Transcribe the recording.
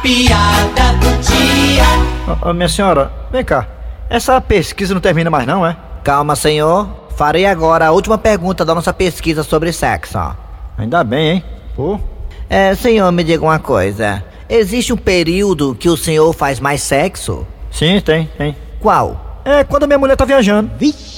piada do dia. Ô, ô, minha senhora, vem cá. Essa pesquisa não termina mais não, é? Calma, senhor. Farei agora a última pergunta da nossa pesquisa sobre sexo. Ainda bem, hein? Pô. É, senhor, me diga uma coisa. Existe um período que o senhor faz mais sexo? Sim, tem, tem. Qual? É quando minha mulher tá viajando. Vixe.